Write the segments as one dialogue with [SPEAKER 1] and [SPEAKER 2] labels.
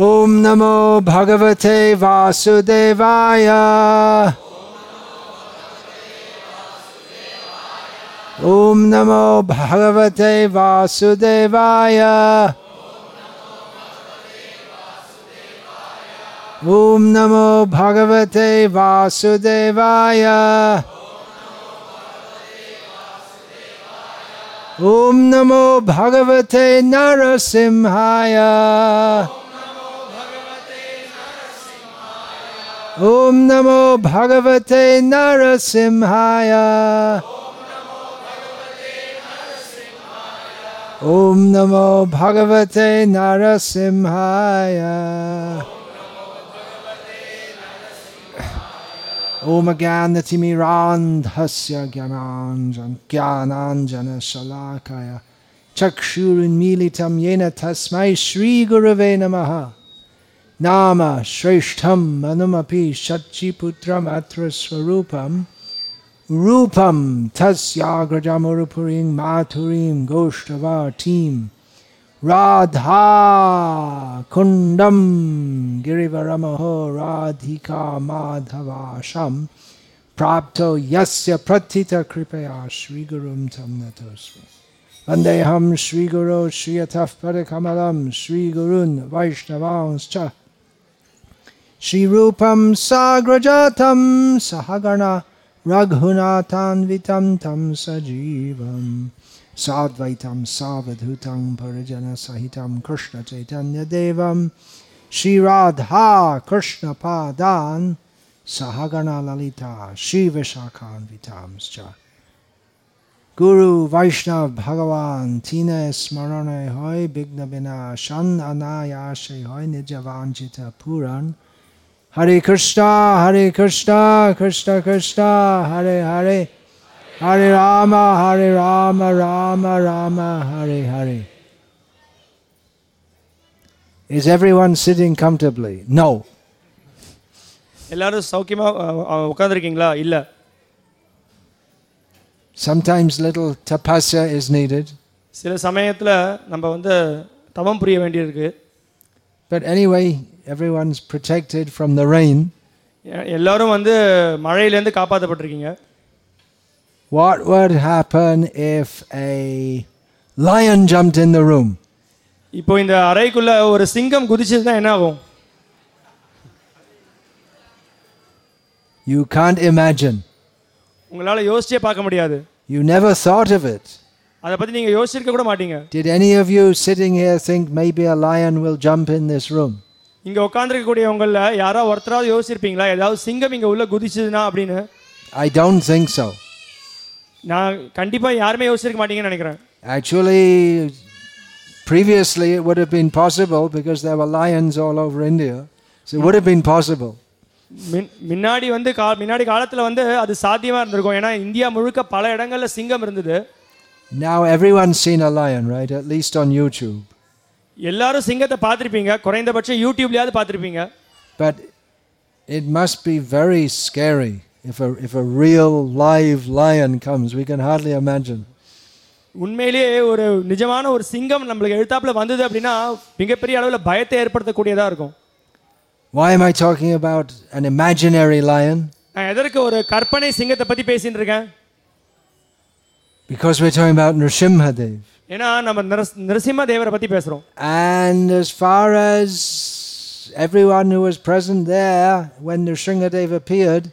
[SPEAKER 1] ॐ नमो भगवते वासुदेवाय ॐ नमो भगवते वासुदेवाय ॐ नमो भगवते वासुदेवाय ॐ नमो भगवते नरसिंहाय ॐ नमो भगवते नरसिंहाय ॐ नमो भगवते नरसिंहाय ॐ ज्ञानतिमिरान्धस्य ज्ञानाञ्जन ज्ञानाञ्जनशलाकय चक्षुरुन्मीलितं येन तस्मै श्रीगुरवे नमः नाम श्रेष्ठं मनुमपि शचीपुत्रमत्र स्वरूपं रूपं तस्याग्रजमुरुपुरीं माथुरीं गोष्ठवाटीं राधाकुण्डं गिरिवरमहो राधिका माधवाशं प्राप्तो यस्य प्रथितकृपया श्रीगुरुं तं नतोऽस्मि वन्देऽहं श्रीगुरो श्रियतः परकमलं श्रीगुरून् वैष्णवांश्च श्रीरूपं साग्रजातं सहगणा रघुनाथान्वितं तं सजीवं साद्वैतं सावधूतं परिजनसहितं कृष्णचैतन्यदेवं Shri Radha कृष्णपादान् सहगणा Lalita श्रीविशाखान्वितांश्च Guru Vaishnav Bhagavan Tine Smarane Hoy Bigna Vinashan Anayashe Hoy Nijavanjita Puran Hare Krishna Hare Krishna Krishna Krishna Hare Hare Hare Rama Hare Rama Rama Rama Hare Hare Is everyone sitting comfortably? No.
[SPEAKER 2] எல்லாரும் சௌக்கியமா உட்காந்துருக்கீங்களா இல்ல
[SPEAKER 1] Sometimes little tapasya is needed.
[SPEAKER 2] சில சமயத்துல நம்ம வந்து தவம் புரிய வேண்டியிருக்கு
[SPEAKER 1] But anyway, everyone's protected from the rain.
[SPEAKER 2] எ- எல்லாரும் வந்து மழையிலேருந்து காப்பாற்றப்பட்டிருக்கீங்க
[SPEAKER 1] What would happen if a lion jumped in the room?
[SPEAKER 2] இப்போ இந்த அறைக்குள்ள ஒரு சிங்கம் குதிச்சதுன்னா என்ன ஆகும்
[SPEAKER 1] You can't imagine.
[SPEAKER 2] உங்களால் யோசிச்சே பார்க்க முடியாது
[SPEAKER 1] You never thought of it.
[SPEAKER 2] அதை பற்றி நீங்கள் யோசிச்சிருக்க கூட மாட்டீங்க
[SPEAKER 1] Did any of you sitting here think maybe a lion will jump in this room?
[SPEAKER 2] இங்கே உட்காந்துருக்கக்கூடியவங்களில் யாராவது ஒருத்தராவது யோசிச்சிருப்பீங்களா ஏதாவது சிங்கம் இங்கே உள்ள குதிச்சதுன்னா அப்படின்னு
[SPEAKER 1] I don't think so.
[SPEAKER 2] நான் கண்டிப்பாக யாருமே யோசிச்சிருக்க மாட்டீங்கன்னு நினைக்கிறேன்
[SPEAKER 1] Actually, previously it would have been possible because there were lions all over India. So it would have been possible.
[SPEAKER 2] மின் முன்னாடி வந்து கா முன்னாடி காலத்தில் வந்து அது சாத்தியமாக இருந்திருக்கும் ஏன்னா இந்தியா முழுக்க பல இடங்கள்ல சிங்கம் இருந்தது
[SPEAKER 1] Now everyone's seen a lion, right? At least on YouTube.
[SPEAKER 2] எல்லாரும் சிங்கத்தை பார்த்துருப்பீங்க குறைந்தபட்சம் யூடியூப்லயாவது பார்த்துருப்பீங்க
[SPEAKER 1] But it must be very scary if a, if a real live lion comes. We can hardly imagine.
[SPEAKER 2] உண்மையிலேயே ஒரு நிஜமான ஒரு சிங்கம் நம்மளுக்கு எழுத்தாப்புல வந்தது அப்படின்னா மிகப்பெரிய அளவில் பயத்தை ஏற்படுத்தக்கூடியதாக இருக்கும்
[SPEAKER 1] Why am I talking about an imaginary lion?
[SPEAKER 2] நான் எதற்கு ஒரு கற்பனை சிங்கத்தை பற்றி பேசிட்டு இருக்கேன்
[SPEAKER 1] Because we're talking about Nrsimhadev.
[SPEAKER 2] ஏன்னா நம்ம நிரஸ் நிரசிம்ம தேவரை பற்றி பேசுகிறோம்
[SPEAKER 1] And as far as everyone who was present there when Nrsimhadev appeared,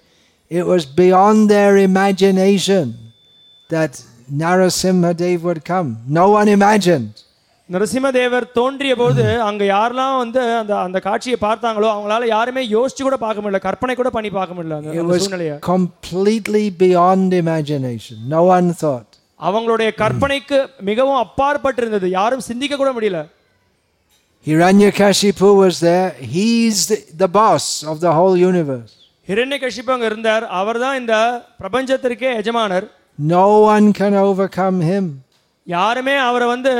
[SPEAKER 1] it was beyond their imagination that Narasimhadev would come. No one imagined.
[SPEAKER 2] Narasimhadevar தோன்றிய போது அங்கே யாரெல்லாம் வந்து அந்த அந்த காட்சியை பார்த்தாங்களோ அவங்களால யாருமே யோசிச்சு கூட பார்க்க முடியல கற்பனை கூட பண்ணி பார்க்க முடியல அந்த-
[SPEAKER 1] It
[SPEAKER 2] அந்த
[SPEAKER 1] was
[SPEAKER 2] சூழ்நிலையை
[SPEAKER 1] completely beyond imagination. No one thought.
[SPEAKER 2] அவங்களுடைய கற்பனைக்கு மிகவும் அப்பாற்பட்டு இருந்தது யாரும் சிந்திக்க கூட முடியல
[SPEAKER 1] Hiranyakashipu was there. He's the, the boss of the whole universe.
[SPEAKER 2] ஹிரண்யகஷிப்பு அங்க இருந்தார் அவர்தான் இந்த பிரபஞ்சத்திற்கே எஜமானர்
[SPEAKER 1] No one can overcome him.
[SPEAKER 2] யாருமே அவரை வந்து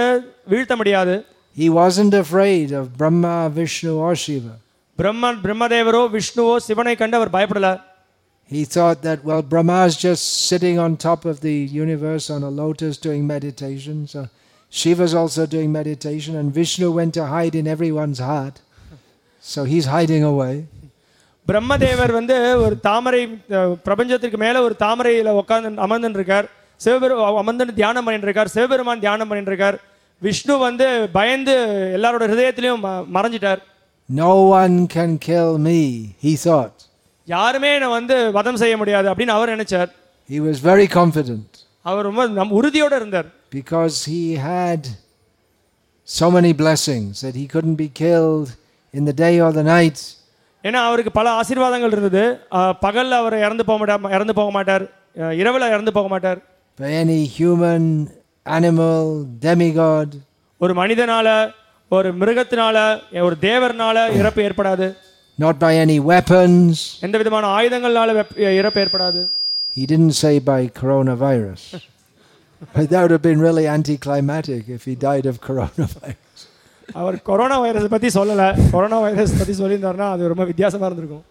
[SPEAKER 2] வீழ்த்த முடியாது
[SPEAKER 1] He wasn't afraid of Brahma, Vishnu, or Shiva.
[SPEAKER 2] பிரம்மன் பிரம்மதேவரோ விஷ்ணுவோ சிவனை கண்டு அவர் பயப்படல
[SPEAKER 1] He thought that, well, Brahma's just sitting on top of the universe on a lotus doing meditation. So Shiva's also doing meditation, and Vishnu went to hide in everyone's heart. So he's hiding away.
[SPEAKER 2] பிரம்மதேவர் வந்து ஒரு தாமரை அஹ், பிரபஞ்சத்திற்கு மேல ஒரு தாமரையில உட்கார்ந்து அமர்ந்துட்டு இருக்கார் சிவபெரு அமர்ந்து தியானம் பண்ணிட்டு இருக்கார் சிவபெருமான் தியானம் பண்ணிட்டு இருக்கார் விஷ்ணு வந்து பயந்து எல்லாரோட ஹிருதயத்திலையும் ம- மறைஞ்சிட்டார்
[SPEAKER 1] No one can kill me, he thought.
[SPEAKER 2] யாருமே என்னை வந்து வதம் செய்ய முடியாது அப்படின்னு அவர் நினைச்சார்
[SPEAKER 1] He was very confident
[SPEAKER 2] அவர் ரொம்ப நம் உறுதியோட இருந்தார்
[SPEAKER 1] because he had so many blessings that he couldn't be killed in the day or the night.
[SPEAKER 2] ஏன்னா அவருக்கு பல ஆசீர்வாதங்கள் இருந்தது அஹ், பகல்ல அவர் இறந்து போக மாட்டார் இறந்து போக மாட்டார் அஹ், இரவுல இறந்து போக மாட்டார்
[SPEAKER 1] by any human, animal, demigod.
[SPEAKER 2] ஒரு மனிதனால ஒரு மிருகத்தினால ஒரு தேவர்னால இறப்பு ஏற்படாது
[SPEAKER 1] not by any weapons.
[SPEAKER 2] எந்த விதமான ஆயுதங்களால வெப்- இறப்பு ஏற்படாது
[SPEAKER 1] He didn't say by coronavirus. but that would have been really anticlimactic if he died of coronavirus.
[SPEAKER 2] அவர் கொரோனா வைரஸ் பத்தி சொல்லல கொரோனா வைரஸ் பத்தி சொல்லியிருந்தாருன்னா அது ரொம்ப வித்தியாசமா இருந்திருக்கும்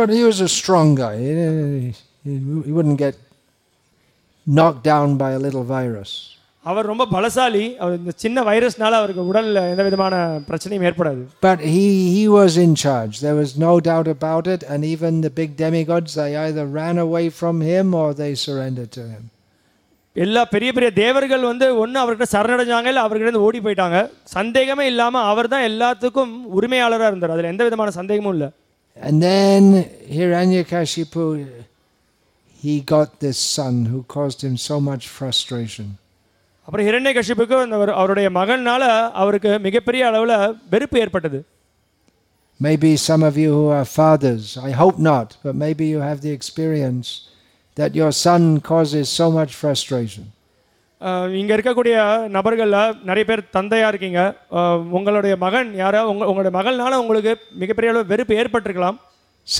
[SPEAKER 1] But he was a strong guy. He, he- he wouldn't get knocked down by a little virus.
[SPEAKER 2] அவர் ரொம்ப பலசாலி அவர் இந்த சின்ன வைரஸ்னால அவருக்கு உடல்ல எந்த விதமான பிரச்சனையும் ஏற்படாது
[SPEAKER 1] But he, he was in charge. There was no doubt about it. And even the big demigods, they either ran away from him or they surrendered to him.
[SPEAKER 2] எல்லா பெரிய பெரிய தேவர்கள் வந்து ஒன்று அவர்கிட்ட சரணடைஞ்சாங்க இல்லை அவர்கிட்ட இருந்து ஓடி போயிட்டாங்க சந்தேகமே இல்லாமல் அவர் தான் எல்லாத்துக்கும் உரிமையாளராக இருந்தார் அதில் எந்த விதமான சந்தேகமும் இல்லை
[SPEAKER 1] And then Hiranyakashipu, he got this son who caused him so much frustration.
[SPEAKER 2] அப்புறம் ஹிரண்ய கஷிப்புக்கு அந்த அவர்- அவருடைய மகனால அவருக்கு மிகப்பெரிய அளவில் வெறுப்பு ஏற்பட்டது
[SPEAKER 1] Maybe some of you who are fathers, I hope not, but maybe you have the experience that your son causes so much frustration.
[SPEAKER 2] இங்கே இருக்கக்கூடிய நபர்களில் நிறைய பேர் தந்தையாக இருக்கீங்க அஹ், உங்களுடைய மகன் யாரோ உங்க உங்களுடைய மகள்னால உங்களுக்கு மிகப்பெரிய அளவு வெறுப்பு ஏற்பட்டிருக்கலாம்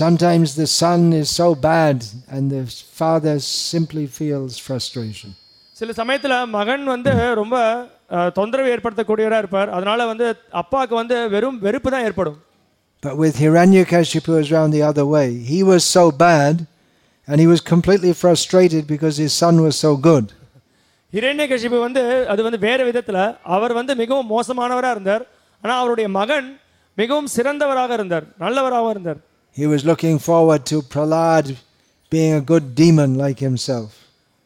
[SPEAKER 1] Sometimes the son is so bad and the father simply feels frustration.
[SPEAKER 2] சில சமயத்தில் மகன் வந்து ரொம்ப அஹ், தொந்தரவு ஏற்படுத்தக்கூடியவராக இருப்பார் அதனால வந்து அப்பாவுக்கு வந்து வெறும் வெறுப்பு தான் ஏற்படும்
[SPEAKER 1] But with Hiranyakashipu, it was round the other way. He was so bad and he was completely frustrated because his son was so good.
[SPEAKER 2] Hiranyakashipu வந்து அது வந்து வேற விதத்துல அவர் வந்து மிகவும் மோசமானவரா இருந்தார் ஆனா அவருடைய மகன் மிகவும் சிறந்தவராக இருந்தார் நல்லவராகவும் இருந்தார்
[SPEAKER 1] He was looking forward to Prahlad being a good demon like himself.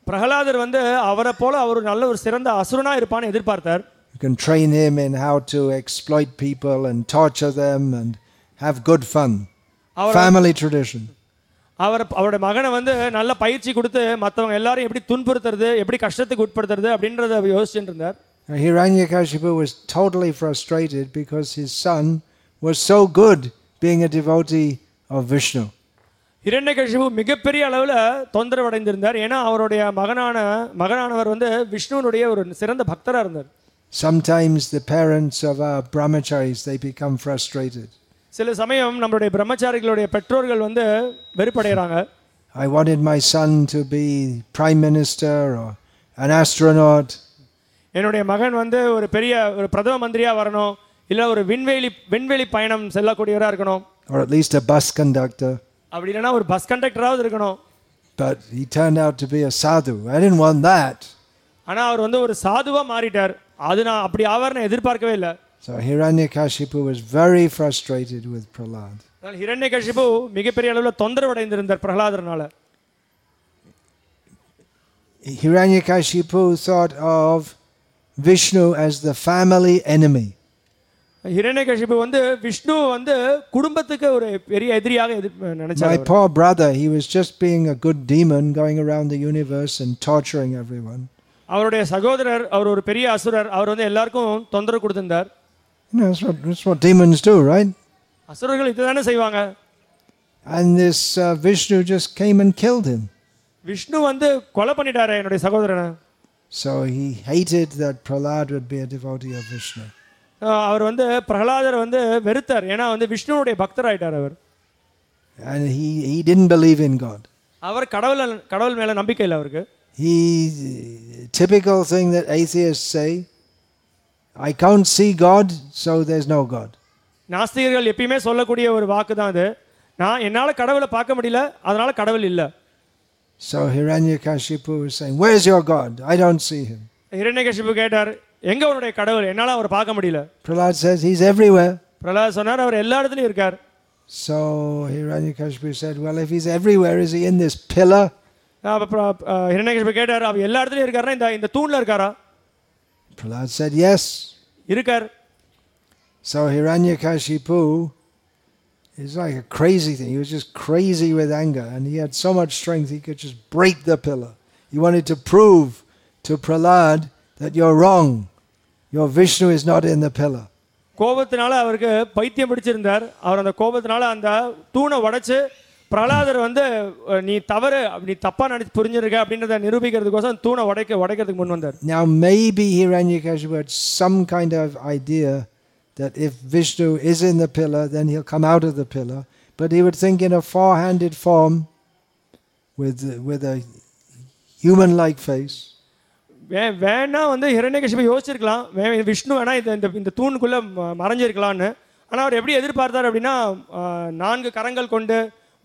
[SPEAKER 2] பிரகலாதர் வந்து அவரை போல அவர் ஒரு நல்ல ஒரு சிறந்த அசுரனா இருப்பான்னு எதிர்பார்த்தார்
[SPEAKER 1] You can train him in how to exploit people and torture them and have good fun.
[SPEAKER 2] Our
[SPEAKER 1] Family tradition.
[SPEAKER 2] அவர் அவருடைய மகனை வந்து நல்ல பயிற்சி கொடுத்து மற்றவங்க எல்லாரையும் எப்படி துன்புறுத்துறது எப்படி கஷ்டத்துக்கு உட்படுத்துறது அப்படின்றத அவர் யோசிச்சுட்டு இருந்தார்
[SPEAKER 1] Now, Hiranyakashipu was totally frustrated because his son was so good being a devotee of Vishnu.
[SPEAKER 2] இரண்டகசிபு மிகப்பெரிய அளவில் தொந்தரவு அடைந்திருந்தார் ஏன்னா அவருடைய மகனான மகனானவர் வந்து விஷ்ணுனுடைய ஒரு சிறந்த பக்தராக இருந்தார்
[SPEAKER 1] Sometimes the parents of our brahmacharis they become frustrated.
[SPEAKER 2] சில சமயம் நம்மளுடைய பிரம்மச்சாரிகளுடைய பெற்றோர்கள் வந்து வெறுப்படைகிறாங்க
[SPEAKER 1] I wanted my son to be prime minister or an astronaut.
[SPEAKER 2] என்னுடைய மகன் வந்து ஒரு பெரிய ஒரு பிரதம மந்திரியாக வரணும் இல்லை ஒரு விண்வெளி விண்வெளி பயணம் செல்லக்கூடியவராக இருக்கணும்
[SPEAKER 1] or at least a bus conductor,
[SPEAKER 2] அப்படி இல்லைன்னா ஒரு பஸ் கண்டக்டராவது இருக்கணும்
[SPEAKER 1] but he turned out to be a sadhu. I didn't want that.
[SPEAKER 2] ஆனால் அவர் வந்து ஒரு சாதுவாக மாறிட்டார் அது நான் அப்படி ஆவார் நான் எதிர்பார்க்கவே இல்லை
[SPEAKER 1] So Hiranyakashipu was very frustrated with Prahlad.
[SPEAKER 2] அதனால் ஹிரண்யகஷிபு மிகப்பெரிய அளவில் தொந்தரவு அடைந்திருந்தார் பிரகலாதரனால
[SPEAKER 1] Hiranyakashipu thought of Vishnu as the family enemy.
[SPEAKER 2] ஹிரண்யகஷிபு வந்து விஷ்ணு வந்து குடும்பத்துக்கு ஒரு பெரிய எதிரியாக எதிர்
[SPEAKER 1] My
[SPEAKER 2] நினைச்சார்
[SPEAKER 1] poor brother, he was just being a good demon going around the universe and torturing everyone.
[SPEAKER 2] அவருடைய சகோதரர் அவர் ஒரு பெரிய அசுரர் அவர் வந்து எல்லாருக்கும் தொந்தரவு கொடுத்திருந்தார்
[SPEAKER 1] You know, that's what, that's what demons do, right?
[SPEAKER 2] அசுரர்கள் இதுதானே செய்வாங்க
[SPEAKER 1] And this uh, Vishnu just came and killed him.
[SPEAKER 2] Vishnu வந்து கொலை பண்ணிட்டாரு என்னுடைய சகோதரனை
[SPEAKER 1] So he hated that Prahlad would be a devotee of Vishnu.
[SPEAKER 2] அஹ் அவர் வந்து பிரகலாதர் வந்து வெறுத்தார் ஏன்னா வந்து விஷ்ணுவுடைய பக்தர் ஆயிட்டார் அவர்
[SPEAKER 1] and he, he didn't believe in God.
[SPEAKER 2] அவர் கடவுள் கடவுள் மேல நம்பிக்கை இல்லை அவருக்கு
[SPEAKER 1] He typical thing that atheists say, I can't see God, so there's no God.
[SPEAKER 2] நாஸ்திகர்கள் எப்பயுமே சொல்லக்கூடிய ஒரு வாக்கு தான் அது நான் என்னால் கடவுளை பார்க்க முடியல அதனால கடவுள் இல்லை
[SPEAKER 1] So Hiranyakashipu was saying, Where's your God? I don't see him.
[SPEAKER 2] இரண்டகசிப்பு கேட்டார் எங்க உன்னுடைய கடவுள் என்னால் அவர் பார்க்க முடியல
[SPEAKER 1] Prahlad says, He's everywhere.
[SPEAKER 2] Pralhad சொன்னார் அவர் எல்லா இடத்துலையும் இருக்கார்
[SPEAKER 1] So Hiranyakashipu said, Well, if he's everywhere, is he in this pillar?
[SPEAKER 2] அப்புறம் ஹிரண்யகிருஷ்ண கேட்டார் அவர் எல்லா இடத்துலையும் இருக்காருன்னா இந்த இந்த தூணில் இருக்காரா
[SPEAKER 1] Prahlad said, Yes.
[SPEAKER 2] இருக்கார்
[SPEAKER 1] So Hiranyakashipu is like a crazy thing. He was just crazy with anger, and he had so much strength he could just break the pillar. He wanted to prove to Prahlad that you're wrong. Your Vishnu is not in the pillar.
[SPEAKER 2] கோபத்தினால அவருக்கு பைத்தியம் பிடிச்சிருந்தார் அவர் அந்த கோபத்தினால அந்த தூணை உடைச்சு பிரகலாதர் வந்து அஹ், நீ தவறு நீ தப்பா நினைச்சு புரிஞ்சிருக்க அப்படின்றத நிரூபிக்கிறதுக்கோசம் தூணை உடைக்க உடைக்கிறதுக்கு முன் வந்தார்
[SPEAKER 1] Now, maybe Hiranyakashipu had some kind of idea that if Vishnu is in the pillar, then he'll come out of the pillar. But he would think in a four handed form with, with a human like face.
[SPEAKER 2] வே- வேணா வந்து ஹிரண்யகசிபு யோசிச்சிருக்கலாம் வே- விஷ்ணு வேணா இது இந்த இந்த தூணுக்குள்ள ம- மறைஞ்சிருக்கலாம்னு ஆனா அவர் எப்படி எதிர்பார்த்தார் அப்படின்னா அஹ், நான்கு கரங்கள் கொண்டு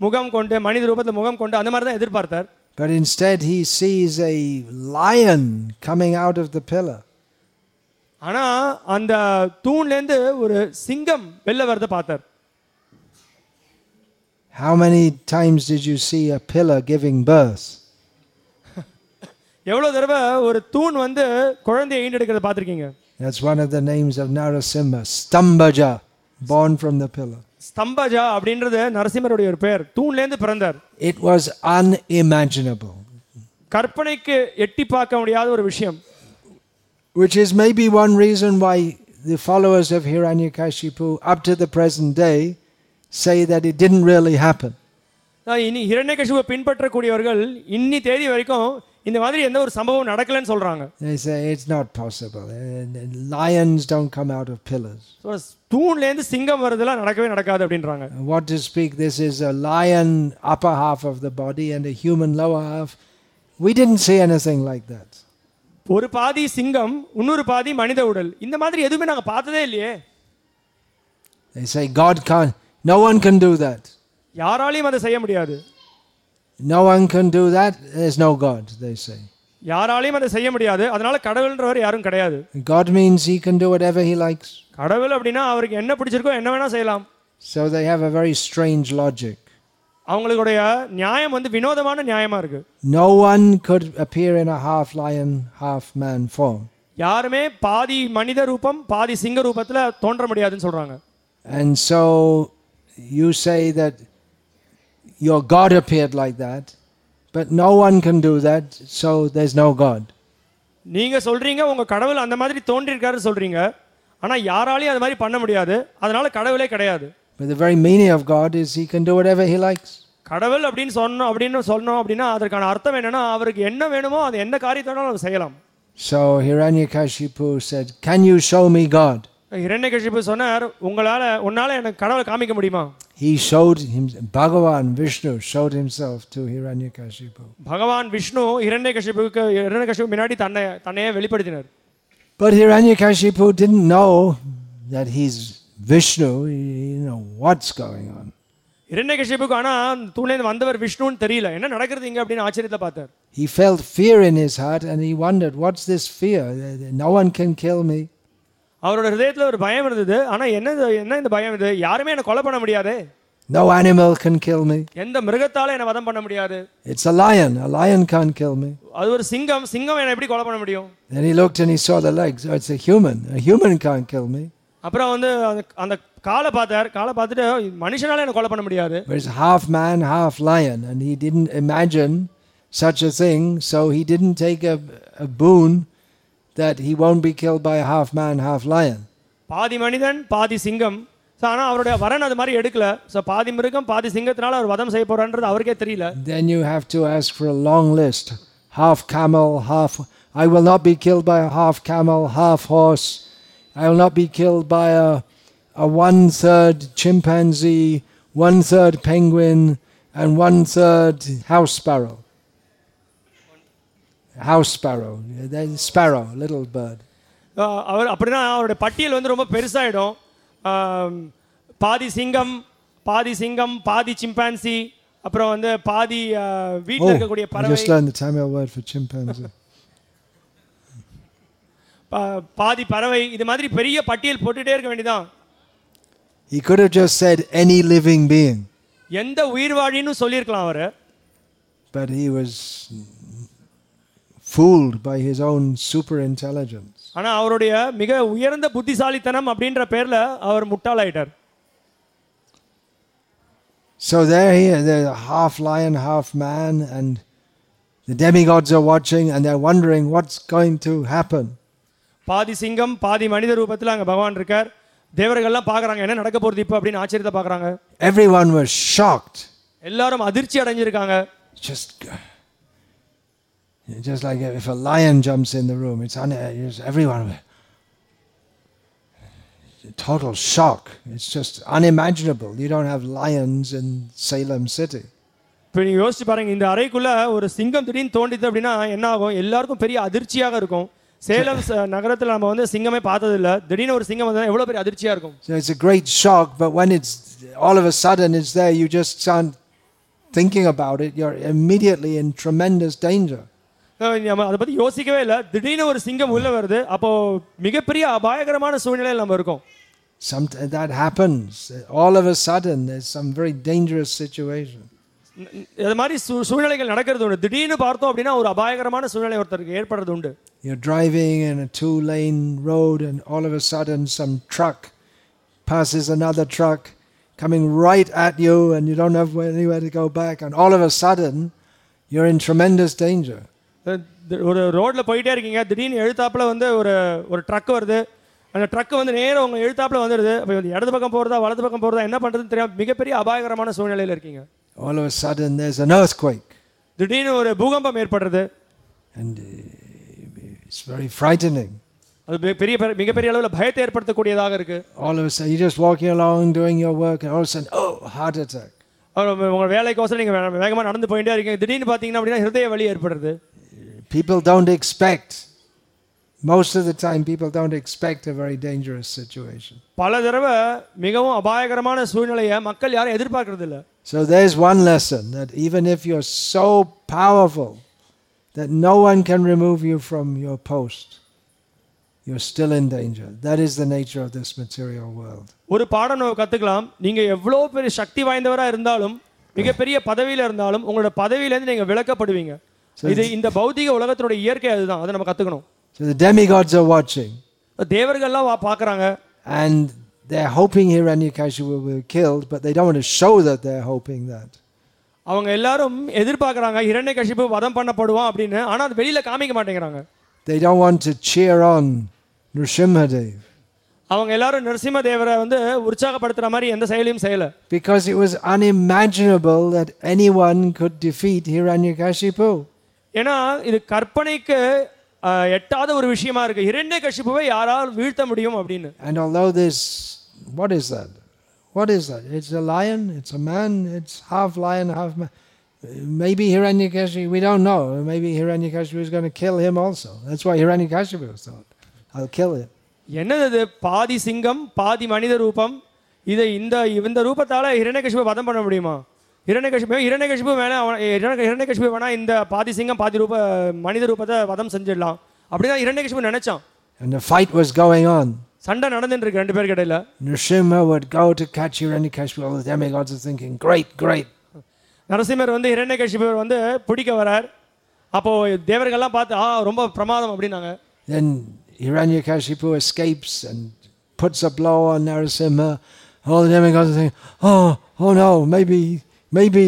[SPEAKER 2] முகம் கொண்டு மனித ரூபத்தில் முகம் கொண்டு அந்த மாதிரி தான் எதிர்பார்த்தார்
[SPEAKER 1] But instead, he sees a lion coming out of the pillar.
[SPEAKER 2] ஆனா அந்த தூண்லேருந்து ஒரு சிங்கம் வெளில வரதை பார்த்தார்
[SPEAKER 1] How many times did you see a pillar giving birth?
[SPEAKER 2] எவ்வளோ தடவை ஒரு தூண் வந்து குழந்தையை ஈண்டெடுக்கிறத பார்த்துருக்கீங்க
[SPEAKER 1] That's one of the names of Narasimha, Stambaja, born from the pillar.
[SPEAKER 2] ஸ்தம்பஜா அப்படின்றது நரசிம்மருடைய ஒரு பெயர் தூண்லேருந்து பிறந்தார்
[SPEAKER 1] It was unimaginable.
[SPEAKER 2] கற்பனைக்கு எட்டி பார்க்க முடியாத ஒரு விஷயம்
[SPEAKER 1] which is maybe one reason why the followers of Hiranyakashipu up to the present day say that it didn't really happen.
[SPEAKER 2] நான் இனி இரண்யகசிபை பின்பற்றக்கூடியவர்கள் இன்னி தேதி வரைக்கும் இந்த மாதிரி எந்த ஒரு சம்பவம் நடக்கலைன்னு சொல்றாங்க
[SPEAKER 1] They say it's not possible. And- and Lions don't come out of pillars.
[SPEAKER 2] So, தூண்லேருந்து சிங்கம் வரதெல்லாம் நடக்கவே நடக்காது அப்படின்றாங்க
[SPEAKER 1] What to speak, this is a lion upper half of the body and a human lower half. We didn't see anything like that.
[SPEAKER 2] ஒரு பாதி சிங்கம் இன்னொரு பாதி மனித உடல் இந்த மாதிரி எதுவுமே நாங்கள் பார்த்ததே இல்லையே
[SPEAKER 1] They say God can't, no one can do that.
[SPEAKER 2] யாராலையும் அதை செய்ய முடியாது
[SPEAKER 1] No one can do that. There's no God, they say.
[SPEAKER 2] யாராலையும் அதை செய்ய முடியாது அதனால கடவுள்ன்றவர் யாரும் கிடையாது
[SPEAKER 1] God means he can do whatever he likes.
[SPEAKER 2] கடவுள் அப்படின்னா அவருக்கு என்ன பிடிச்சிருக்கோ என்ன வேணா செய்யலாம்
[SPEAKER 1] So they have a very strange logic.
[SPEAKER 2] அவங்களுடைய நியாயம் வந்து வினோதமான நியாயமா இருக்கு
[SPEAKER 1] No one could appear in a half lion, half man form.
[SPEAKER 2] யாருமே பாதி மனித ரூபம் பாதி சிங்க ரூபத்துல தோன்ற முடியாதுன்னு சொல்றாங்க
[SPEAKER 1] And so you say that your God appeared like that, but no one can do that, so there's no God.
[SPEAKER 2] நீங்க சொல்றீங்க உங்க கடவுள் அந்த மாதிரி தோன்றியிருக்காருன்னு சொல்றீங்க ஆனா யாராலையும் அது மாதிரி பண்ண முடியாது அதனால கடவுளே கிடையாது
[SPEAKER 1] But the very meaning of God is he can do whatever he likes.
[SPEAKER 2] கடவுள் அப்படின்னு சொன்னோம் அப்படின்னு சொன்னோம் அப்படின்னா அதற்கான அர்த்தம் என்னன்னா அவருக்கு என்ன வேணுமோ அது என்ன காரியத்தோட அவர் செய்யலாம்
[SPEAKER 1] So Hiranyakashipu said, Can you show me God?
[SPEAKER 2] Hiranyakashipu சொன்னார் உங்களால உன்னால எனக்கு கடவுளை காமிக்க முடியுமா
[SPEAKER 1] He showed him, Bhagavan Vishnu showed himself to Hiranyakashipu.
[SPEAKER 2] பகவான் விஷ்ணு இரண்யகசிப்புக்கு இரண்யகசிப்பு முன்னாடி தன்னை தன்னையே வெளிப்படுத்தினார்
[SPEAKER 1] But Hiranyakashipu didn't know that he's Vishnu. He didn't know what's going on.
[SPEAKER 2] இரண்யகசிப்புக்கு ஆனா தூணேந்து வந்தவர் விஷ்ணுன்னு தெரியல என்ன நடக்கிறது இங்க அப்படின்னு ஆச்சரியத்தை பார்த்தார்
[SPEAKER 1] He felt fear in his heart and he wondered, what's this fear? Uh, No one can kill me.
[SPEAKER 2] அவரோட ஹிருதயத்துல ஒரு பயம் இருந்தது ஆனா என்ன இது- என்ன இந்த பயம் இது யாருமே என்ன கொலை பண்ண முடியாதே
[SPEAKER 1] No animal can kill me.
[SPEAKER 2] எந்த மிருகத்தால என்ன வதம் பண்ண முடியாது
[SPEAKER 1] It's a lion. A lion can't kill me.
[SPEAKER 2] அது ஒரு சிங்கம் சிங்கம் என்ன எப்படி கொலை பண்ண முடியும்
[SPEAKER 1] Then he looked and he saw the legs. Oh, it's a human. A human can't kill me.
[SPEAKER 2] அப்புறம் வந்து அந்த- அந்த காலை பார்த்தார் காலை பார்த்துட்டு "இது மனுஷனால என்ன கொலை பண்ண முடியாது
[SPEAKER 1] But it's half man, half lion. And he didn't imagine such a thing, so he didn't take a, a boon that he won't be killed by a half man, half lion.
[SPEAKER 2] பாதி மனிதன் பாதி சிங்கம் so ஆனால் அவருடைய வரன் அது மாதிரி எடுக்கல ஸோ பாதி மிருகம் பாதி சிங்கத்தினால அவர் வதம் செய்ய போறான்றது அவருக்கே தெரியல
[SPEAKER 1] Then you have to ask for a long list half camel, half. I will not be killed by a half camel, half horse. I will not be killed by a, a one third chimpanzee, one third penguin, and one third house sparrow. House sparrow, then sparrow, little bird.
[SPEAKER 2] அஹ் அவர் அப்படின்னா அவருடைய பட்டியல் வந்து ரொம்ப பெருசாயிடும் ஆம், பாதி சிங்கம் பாதி சிங்கம் பாதி சிம்பான்சி அப்புறம் வந்து பாதி அஹ், வீட்ல இருக்கக்கூடிய
[SPEAKER 1] Oh, I
[SPEAKER 2] பறவை
[SPEAKER 1] just learned the Tamil word for chimpanzee.
[SPEAKER 2] பா- பாதி பறவை இது மாதிரி பெரிய பட்டியல் போட்டுட்டே இருக்க வேண்டியதான்
[SPEAKER 1] He could have just said any living being,
[SPEAKER 2] எந்த உயிர்வாழின்னு சொல்லியிருக்கலாம் அவர்
[SPEAKER 1] but he was fooled by his own super intelligence.
[SPEAKER 2] ஆனால் அவருடைய மிக உயர்ந்த புத்திசாலித்தனம் அப்படின்ற பேரில் அவர் முட்டாளாயிட்டார்
[SPEAKER 1] So there he is, there's a half lion, half man, and the demigods are watching and they're wondering what's going to happen.
[SPEAKER 2] பாதி சிங்கம் பாதி மனித ரூபத்தில் அங்கே பகவான் இருக்கார் தேவர்கள்லாம் பார்க்குறாங்க என்ன நடக்க போகிறது இப்போ அப்படின்னு ஆச்சரியத்தை பார்க்குறாங்க
[SPEAKER 1] Everyone was shocked.
[SPEAKER 2] எல்லாரும் அதிர்ச்சி அடைஞ்சிருக்காங்க
[SPEAKER 1] Just, uh, just like if a lion jumps in the room, it's, un- uh, it's everyone. uh, Total shock. It's just unimaginable. You don't have lions in Salem City.
[SPEAKER 2] இப்போ நீங்கள் யோசிச்சு பாருங்க இந்த அறைக்குள்ள ஒரு சிங்கம் திடீர்னு தோண்டிது அப்படின்னா என்ன ஆகும் எல்லாருக்கும் பெரிய அதிர்ச்சியாக இருக்கும் சேலம் நகரத்தில் நம்ம வந்து சிங்கமே பார்த்ததில்ல திடீர்னு ஒரு சிங்கம் வந்தா எவ்வளோ பெரிய அதிர்ச்சியாக இருக்கும்
[SPEAKER 1] So it's a great shock, but when it's all of a sudden it's there, you just start thinking about it. You're immediately in tremendous danger.
[SPEAKER 2] அஹ் நம்ம அதை பற்றி யோசிக்கவே இல்லை திடீர்னு ஒரு சிங்கம் உள்ளே வருது அப்போ மிகப்பெரிய அபாயகரமான சூழ்நிலையில் நம்ம இருக்கோம்
[SPEAKER 1] Some, that happens. All of a sudden, there's some very dangerous situation.
[SPEAKER 2] ந- ந- இது மாதிரி சூ சூழ்நிலைகள் நடக்கிறது உண்டு திடீர்னு பார்த்தோம் அப்படின்னா ஒரு அபாயகரமான சூழ்நிலை ஒருத்தருக்கு ஏற்படுறது உண்டு
[SPEAKER 1] You're driving in a two lane road, and all of a sudden, some truck passes another truck coming right at you, and you don't have where- anywhere to go back. And all of a sudden, you're in tremendous danger.
[SPEAKER 2] அஹ் தி- ஒரு ரோட்டில் போயிட்டே இருக்கீங்க திடீர்னு எழுத்தாப்புல வந்து ஒரு ஒரு drug வருது அந்த ட்ரக் வந்து நேரா உங்கள் எழுத்தாப்புல வந்துடுது அப்போ இடது பக்கம் போகிறதா வலது பக்கம் போகிறதா என்ன பண்ணுறதுன்னு தெரியாம மிகப்பெரிய அபாயகரமான சூழ்நிலையில் இருக்கீங்க
[SPEAKER 1] All of a sudden, there's an earthquake,
[SPEAKER 2] திடீர்னு ஒரு பூகம்பம் ஏற்படுறது
[SPEAKER 1] and uh, it's very frightening.
[SPEAKER 2] அது பெ- பெரிய பெ- மிகப்பெரிய அளவில் பயத்தை ஏற்படுத்தக்கூடியதாக இருக்குது
[SPEAKER 1] All of a sudden, you're just walking along doing your work, and all of a sudden, oh, heart attack.
[SPEAKER 2] உங்கள் வேலைக்கோசரம் நீங்கள் வேகமாக நடந்து போயிட்டே இருக்கீங்க திடீர்னு பார்த்தீங்கன்னா அப்படின்னா ஹிருதய வலி ஏற்படுறது
[SPEAKER 1] Uh, People don't expect, most of the time, people don't expect a very dangerous situation.
[SPEAKER 2] பல தடவை மிகவும் அபாயகரமான சூழ்நிலையை மக்கள் யாரும் எதிர்பார்க்கறது இல்லை
[SPEAKER 1] So there's one lesson that even if you're so powerful that no one can remove you from your post, you're still in danger. That is the nature of this material world.
[SPEAKER 2] ஒரு பாடம் நம்ம கற்றுக்கலாம் நீங்கள் எவ்வளோ பெரிய சக்தி வாய்ந்தவராக இருந்தாலும் மிகப்பெரிய பதவியில் இருந்தாலும் உங்களோட பதவியிலேருந்து நீங்கள் விளக்கப்படுவீங்க இது இந்த பௌதிக உலகத்தினுடைய இயற்கை அதுதான் அதை நம்ம கற்றுக்கணும்
[SPEAKER 1] So the demigods are watching
[SPEAKER 2] தேவர்கள்லாம் வா பார்க்குறாங்க
[SPEAKER 1] and they're hoping Hiranyakashipu will be killed, but they don't want to show that they're hoping that.
[SPEAKER 2] அவங்க எல்லாரும் எதிர்பார்க்குறாங்க இரண்டை கஷிப்பு வதம் பண்ணப்படுவான் அப்படின்னு ஆனால் அது வெளியில் காமிக்க மாட்டேங்கிறாங்க
[SPEAKER 1] They don't want to cheer on Nrsimhadev
[SPEAKER 2] அவங்க எல்லாரும் நரசிம்ம தேவரை வந்து உற்சாகப்படுத்துகிற மாதிரி எந்த செயலையும் செய்யலை
[SPEAKER 1] because it was unimaginable that anyone could defeat Hiranyakashipu.
[SPEAKER 2] ஏன்னா இது கற்பனைக்கு அஹ், எட்டாத ஒரு விஷயமா இருக்கு இரண்டை கஷிப்புவை யாரால் வீழ்த்த முடியும் அப்படின்னு
[SPEAKER 1] And although this, what is that? What is that? It's a lion, it's a man, it's half lion, half man. Maybe Hiranyakashipu, we don't know. Maybe Hiranyakashipu is going to kill him also. That's why Hiranyakashipu thought, I'll kill him.
[SPEAKER 2] என்னது இது பாதி சிங்கம் பாதி மனித ரூபம் இதை இந்த இந்த ரூபத்தால இரண்டகசிபு வதம் பண்ண முடியுமா இரண்டகசிபு இரண்டகசிபு வேணா இரண்டகசிபு வேணா இந்த பாதி சிங்கம் பாதி ரூப மனித ரூபத்தை வதம் செஞ்சிடலாம் அப்படிதான் இரண்டகசிபு நினைச்சான்
[SPEAKER 1] And the fight was going on.
[SPEAKER 2] சண்டை நடந்துட்டு இருக்கு ரெண்டு பேருக்கு இடையில
[SPEAKER 1] Nrsimha would go to catch Hiranyakashipu. All the demigods are thinking, great, great.
[SPEAKER 2] Narasimhar வந்து இரண்டகசிபு வந்து பிடிக்க வரார் அப்போ தேவர்கள்லாம் பார்த்து ஆ ரொம்ப பிரமாதம் அப்படின்னாங்க
[SPEAKER 1] Then Hiranyakashipu escapes and puts a blow on Narasimha. All the demigods are thinking, oh, oh no, maybe, maybe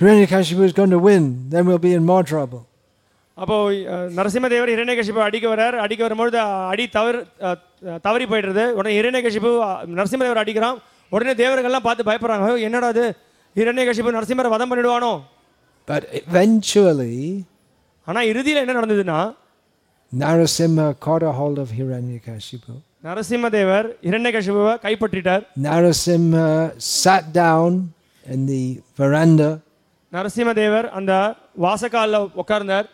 [SPEAKER 1] Hiranyakashipu is going to win. Then we'll be in more trouble.
[SPEAKER 2] அப்போ அஹ், நரசிம்மதேவர் இரண்யகசிப்பு அடிக்க வரார் அடிக்க வரும்பொழுது அஹ், அடி தவறு அஹ், அஹ், தவறி போயிடுறது உடனே இரண்யகசிப்பு அஹ், நரசிம்மதேவர் அடிக்கிறான் உடனே தேவர்கள்லாம் பார்த்து பயப்படுறாங்க "ஐயோ, என்னடா இது இரண்யகசிப்பு நரசிம்மரை வதம் பண்ணிடுவானோ
[SPEAKER 1] But eventually,
[SPEAKER 2] ஆனால் இறுதியில் என்ன நடந்ததுன்னா
[SPEAKER 1] Narasimha caught a hold of Hiranyakashipu.
[SPEAKER 2] Narasimhadevar இரண்யகசிபுவை கைப்பற்றிட்டார்
[SPEAKER 1] Narasimha sat down in the veranda,
[SPEAKER 2] Narasimhadevar அந்த வாசக்காலில் உட்கார்ந்தார்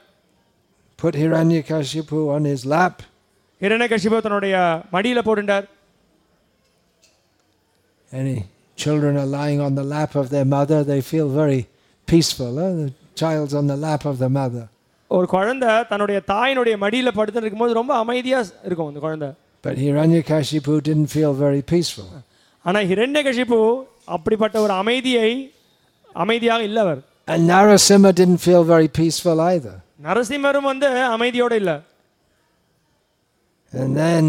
[SPEAKER 1] put Hiranyakashipu on his lap,
[SPEAKER 2] Hiranyakashipu தன்னுடைய மடியில் போட்டுட்டார்
[SPEAKER 1] Any children are lying on the lap of their mother, they feel very peaceful. Huh? The child's on the lap of the mother.
[SPEAKER 2] ஒரு குழந்தை தன்னுடைய தாயினுடைய மடியில் படுத்துன்னு இருக்கும்போது ரொம்ப அமைதியாக இருக்கும் அந்த குழந்தை
[SPEAKER 1] But Hiranyakashipu didn't feel very peaceful.
[SPEAKER 2] ஆனால் ஹிரண்யகசிப்பு அப்படிப்பட்ட ஒரு அமைதியை அமைதியாக இல்லை அவர்
[SPEAKER 1] And Narasimha didn't feel very peaceful either.
[SPEAKER 2] நரசிம்மரும் வந்து அமைதியோடு இல்லை
[SPEAKER 1] And then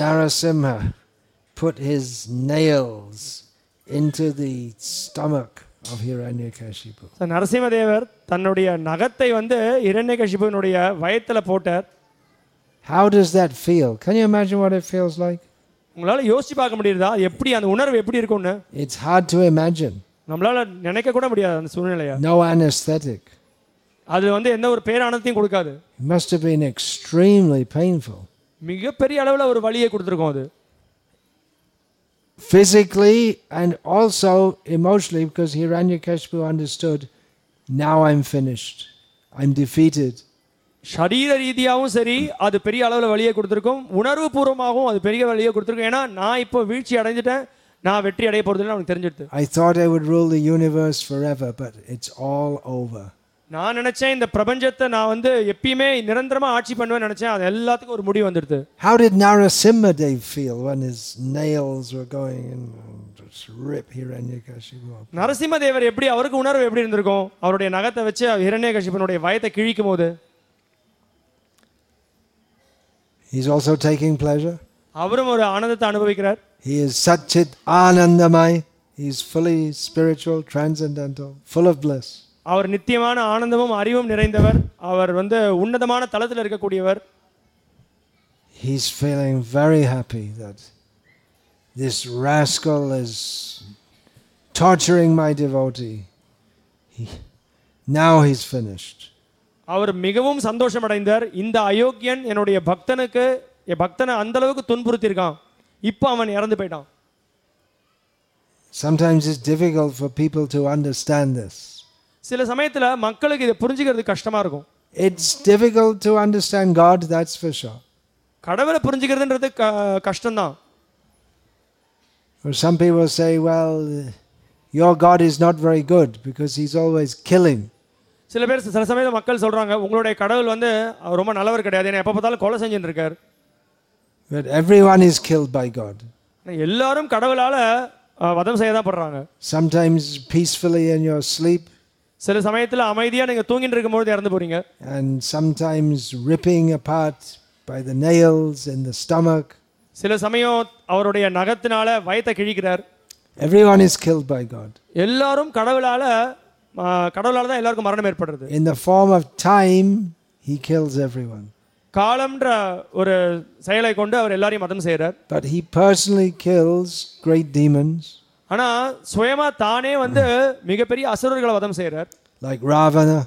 [SPEAKER 1] Narasimha put his nails into the stomach of Hiranyakashipu.
[SPEAKER 2] So, Narasimhadevar தன்னுடைய நகத்தை வந்து இரண்யகசிபுனுடைய வயத்தில் போட்டார்
[SPEAKER 1] How does that feel? Can you imagine what it feels like?
[SPEAKER 2] உங்களால் யோசிச்சு பார்க்க முடியுதா எப்படி அந்த உணர்வு எப்படி இருக்கும்னு
[SPEAKER 1] It's hard to imagine.
[SPEAKER 2] நம்மளால நினைக்க கூட முடியாது அந்த சூழ்நிலையை
[SPEAKER 1] No anesthetic.
[SPEAKER 2] அது வந்து எந்த ஒரு பேரானத்தையும் கொடுக்காது
[SPEAKER 1] It must have been extremely painful.
[SPEAKER 2] மிகப்பெரிய அளவில் ஒரு வழியை கொடுத்துருக்கோம் அது
[SPEAKER 1] Physically and also emotionally, because Hiranyakashipu understood now I'm finished. I'm defeated.
[SPEAKER 2] சரீர ரீதியாகவும் சரி அது பெரிய அளவில் வழியை கொடுத்துருக்கும் உணர்வு பூர்வமாகவும் அது பெரிய வழியை கொடுத்துருக்கும் ஏன்னா நான் இப்போ வீழ்ச்சி அடைஞ்சிட்டேன் நான் வெற்றி அடைய போகிறதுன்னு அவனுக்கு தெரிஞ்சிடுது
[SPEAKER 1] I thought I would rule the universe forever, but it's all over.
[SPEAKER 2] நான் நினச்சேன் இந்த பிரபஞ்சத்தை நான் வந்து எப்பயுமே நிரந்தரமாக ஆட்சி பண்ணுவேன்னு நினச்சேன் அது எல்லாத்துக்கும் ஒரு முடிவு வந்துடுது
[SPEAKER 1] How did Narasimhadev feel when his nails were going in and just rip Hiranyakashipu up?
[SPEAKER 2] Narasimhadevar எப்படி அவருக்கு உணர்வு எப்படி இருந்திருக்கும் அவருடைய நகத்தை வச்சு ஹிரண்யகசிபனுடைய வயத்தை கிழிக்கும் போது
[SPEAKER 1] He's also taking pleasure.
[SPEAKER 2] அவரும் ஒரு ஆனந்தத்தை அனுபவிக்கிறார்
[SPEAKER 1] He is Satchit Anandamai. He's fully spiritual, transcendental, full of bliss.
[SPEAKER 2] அவர் நித்தியமான ஆனந்தமும் அறிவும் நிறைந்தவர் அவர் வந்து உன்னதமான தளத்தில் இருக்கக்கூடியவர்
[SPEAKER 1] He's feeling very happy that this rascal is torturing my devotee. He, now he's finished.
[SPEAKER 2] அவர் மிகவும் சந்தோஷமடைந்தார் இந்த அயோக்கியன் என்னுடைய பக்தனுக்கு என் பக்தனை அந்த அளவுக்கு துன்புறுத்தியிருக்கான் இப்போ அவன் இறந்து போயிட்டான்
[SPEAKER 1] Sometimes it's difficult for people to understand this.
[SPEAKER 2] சில சமயத்தில் மக்களுக்கு இதை புரிஞ்சுக்கிறது கஷ்டமாக இருக்கும்
[SPEAKER 1] It's difficult to understand God, that's for sure.
[SPEAKER 2] கடவுளை புரிஞ்சுக்கிறதுன்றது க கஷ்டம்தான்
[SPEAKER 1] Or some people say, well, your God is not very good because he's always killing.
[SPEAKER 2] சில பேர் சில சமயத்தில் மக்கள் சொல்கிறாங்க உங்களுடைய கடவுள் வந்து அவர் ரொம்ப நல்லவர் கிடையாது என்னை எப்போ பார்த்தாலும் கொலை செஞ்சுட்டு இருக்கார்
[SPEAKER 1] But everyone is killed by God.
[SPEAKER 2] ஆனா எல்லாரும் கடவுளால் வதம் செய்ய தான் படுறாங்க
[SPEAKER 1] Sometimes peacefully in your sleep,
[SPEAKER 2] சில சமயத்தில் அமைதியாக நீங்கள் தூங்கிட்டு இருக்கும்போது இறந்து போறீங்க
[SPEAKER 1] and sometimes ripping apart by the nails in the stomach.
[SPEAKER 2] சில சமயம் அவருடைய நகத்தினால வயத்தை கிழிக்கிறார்
[SPEAKER 1] Everyone is killed by God
[SPEAKER 2] எல்லாரும் கடவுளால் கடவுளால் தான் எல்லாருக்கும் மரணம் ஏற்படுறது
[SPEAKER 1] in the form of time. He kills everyone,
[SPEAKER 2] காலம்ன்ற ஒரு செயலை கொண்டு அவர் எல்லாரையும் மதம் செய்கிறார்
[SPEAKER 1] but he personally kills great demons
[SPEAKER 2] ஆனால் சுயமாக தானே வந்து மிகப்பெரிய அசுரர்களை வதம் செய்கிறார்
[SPEAKER 1] like Ravana.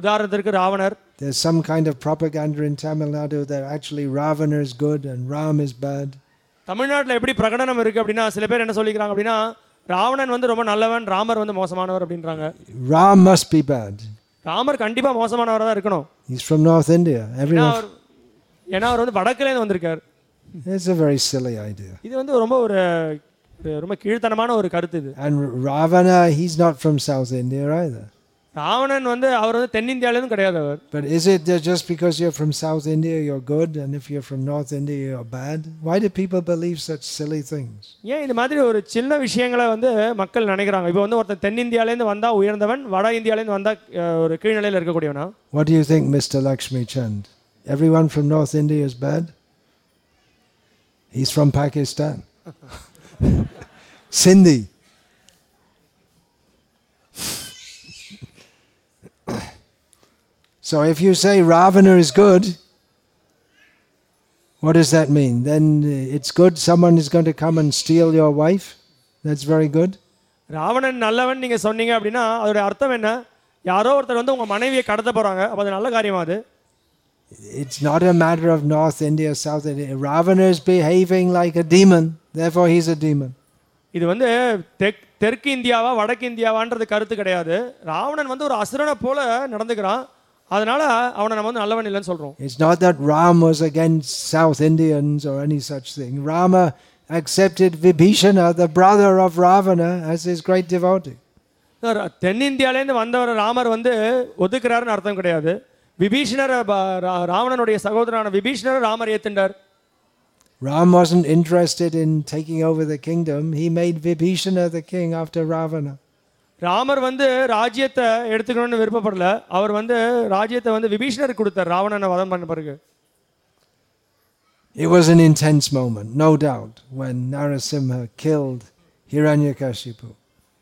[SPEAKER 2] உதாரணத்திற்கு ராவணர்
[SPEAKER 1] There's some kind of propaganda in Tamil Nadu that actually Ravana is good and Ram is bad.
[SPEAKER 2] தமிழ்நாட்டில் எப்படி பிரகடனம் இருக்குது அப்படின்னா சில பேர் என்ன சொல்லிக்கிறாங்க அப்படின்னா ராவணன் வந்து ரொம்ப நல்லவன் ராமர் வந்து மோசமானவர் அப்படின்றாங்க
[SPEAKER 1] Ram must be bad.
[SPEAKER 2] Ramar கண்டிப்பாக மோசமானவராக தான் இருக்கணும்
[SPEAKER 1] He's from North India.
[SPEAKER 2] ஏன்னா
[SPEAKER 1] Everyone.
[SPEAKER 2] அவர் ஏன்னா அவர் வந்து வடக்குலேருந்து வந்திருக்கார்
[SPEAKER 1] It's a very silly idea.
[SPEAKER 2] இது வந்து ரொம்ப ஒரு ஒரு ரொம்ப கீழ்த்தனமான ஒரு கருத்து இது
[SPEAKER 1] And Ravana, he's not from South India either.
[SPEAKER 2] Ravanan வந்து அவர் வந்து தென்னிந்தியாவிலேருந்து கிடையாது அவர்
[SPEAKER 1] But is it that just because you're from South India, you're good, and if you're from North India, you're bad? Why do people believe such silly things?
[SPEAKER 2] ஏன் இது மாதிரி ஒரு சின்ன விஷயங்களை வந்து மக்கள் நினைக்கிறாங்க இப்போ வந்து ஒருத்தன் தென்னிந்தியாவிலேருந்து வந்தால் உயர்ந்தவன் வட இந்தியாவிலேருந்து வந்தால் ஒரு கீழ்நிலையில் இருக்கக்கூடியவனா
[SPEAKER 1] What do you think, Mr. Lakshmi Chand? Everyone from North India is bad? He's from Pakistan. Sindhi. so if you say Ravana is good, what does that mean? Then uh, it's good someone is going to come and steal your wife? That's very good.
[SPEAKER 2] Ravanan நல்லவன் நீங்கள் சொன்னீங்க அப்படின்னா அதோடைய அர்த்தம் என்ன யாரோ ஒருத்தர் வந்து உங்கள் மனைவியை கடத்த போகிறாங்க அப்போ அது நல்ல காரியமா அது
[SPEAKER 1] It's not a matter of North India, South India. Ravana is behaving like a demon, therefore he's a demon.
[SPEAKER 2] இது வந்து தெக் தெற்கு இந்தியாவா வடக்கு இந்தியாவான்றது கருத்து கிடையாது ராவணன் வந்து ஒரு அசுரனை போல நடந்துக்கிறான் அதனால அவனை நம்ம வந்து நல்லவன் இல்லைன்னு சொல்கிறோம்
[SPEAKER 1] It's not that Ram was against South Indians or any such thing. Rama accepted Vibhishana, the brother of Ravana, as his great devotee.
[SPEAKER 2] Sir, தென்னிந்தியாலேருந்து வந்தவர் ராமர் வந்து ஒதுக்குறாருன்னு அர்த்தம் கிடையாது விபீஷணர் ராவணனுடைய சகோதரனான விபீஷணர் Ramar ஏத்துண்டார்
[SPEAKER 1] Ram wasn't interested in taking over the kingdom. He made Vibhishana the king after Ravana.
[SPEAKER 2] Ramar வந்து ராஜ்யத்தை எடுத்துக்கணும்னு விருப்பப்படல அவர் வந்து ராஜ்யத்தை வந்து விபீஷணர் கொடுத்தார் ராவணனை வதம் பண்ண பிறகு
[SPEAKER 1] It was an intense moment, no doubt, when Narasimha killed Hiranyakashipu.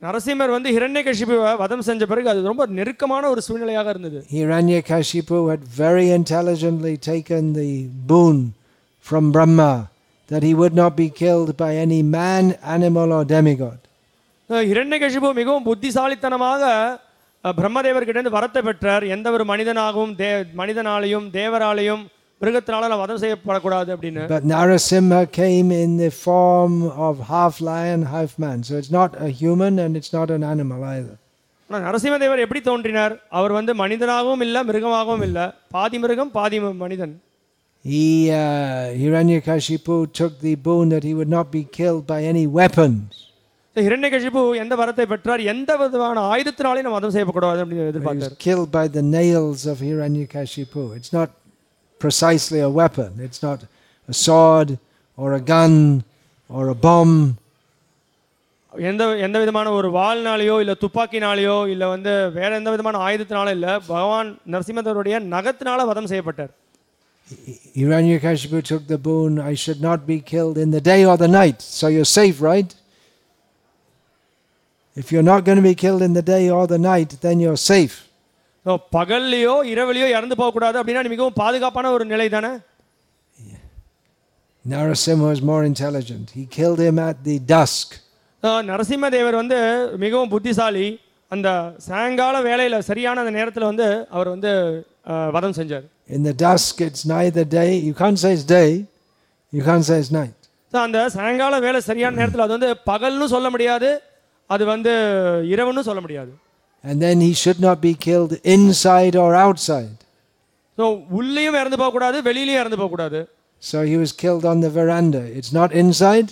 [SPEAKER 2] Narasimhar வந்து ஹிரண்யகஷிபுவை வதம் செஞ்ச பிறகு அது ரொம்ப நெருக்கமான ஒரு சூழ்நிலையாக இருந்தது
[SPEAKER 1] Hiranyakashipu had very intelligently taken the boon from Brahma that he would not be killed by any man, animal, or demigod.
[SPEAKER 2] ஹிரண்யகஷிபு மிகவும் புத்திசாலித்தனமாக அஹ், பிரம்மதேவர்கிட்ட இருந்து வரத்தை பெற்றார் எந்த ஒரு மனிதனாகவும் தே மனிதனாலையும் தேவராலையும் மிருகத்தினால நான் வதம் செய்யப்படக்கூடாது அப்படின்னு
[SPEAKER 1] But Narasimha came in the form of half lion, half man. So it's not a human and it's not an animal either.
[SPEAKER 2] ஆனால் நரசிம்மதேவர் எப்படி தோன்றினார் அவர் வந்து மனிதனாகவும் இல்லை மிருகமாகவும் இல்லை பாதி மிருகம் பாதி ம- மனிதன்
[SPEAKER 1] He, uh, Hiranyakashipu took the boon that he would not be killed by any weapons.
[SPEAKER 2] So, ஹிரண்யகஷிபு எந்த வரத்தை பெற்றார் எந்த விதமான ஆயுதத்தினாலையும் நம்ம வதம் செய்யப்படக்கூடாது அப்படின்னு
[SPEAKER 1] He was
[SPEAKER 2] எதிர்பார்த்தார்
[SPEAKER 1] killed by the nails of Hiranyakashipu. It's not precisely a weapon. It's not a sword or a gun or a bomb.
[SPEAKER 2] எந்த எந்த விதமான ஒரு வாள்னாலேயோ இல்லை துப்பாக்கினாலேயோ இல்லை வந்து வேற எந்த விதமான ஆயுதத்தினாலும் இல்லை பகவான் நரசிம்மதேவருடைய நகத்தினால வதம் செய்யப்பட்டார்
[SPEAKER 1] Hiranyakashipu took the boon, I should not be killed in the day or the night. So you're safe, right? If you're not going to be killed in the day or the night, then you're safe.
[SPEAKER 2] So பகல்லையோ இரவுலையோ இறந்து போகக்கூடாது அப்படின்னா நீ மிகவும் பாதுகாப்பான ஒரு நிலை தானே
[SPEAKER 1] Narasimha was more intelligent. He killed him at the dusk.
[SPEAKER 2] Narasimhadevar வந்து மிகவும் புத்திசாலி அந்த சாயங்கால வேலையில் சரியான அந்த நேரத்தில் வந்து அவர் வந்து அஹ், வதம் செஞ்சார்
[SPEAKER 1] In the dusk, it's neither day, you can't say it's day, you can't say it's night.
[SPEAKER 2] So அந்த சாயங்கால வேலை சரியான நேரத்தில் அது வந்து பகல்னு சொல்ல முடியாது அது வந்து இரவுன்னு சொல்ல முடியாது
[SPEAKER 1] And then he should not be killed inside or outside.
[SPEAKER 2] So உள்ளேயும் இறந்து போகக்கூடாது வெளியிலையும் இறந்து போகக்கூடாது
[SPEAKER 1] So he was killed on the veranda. It's not inside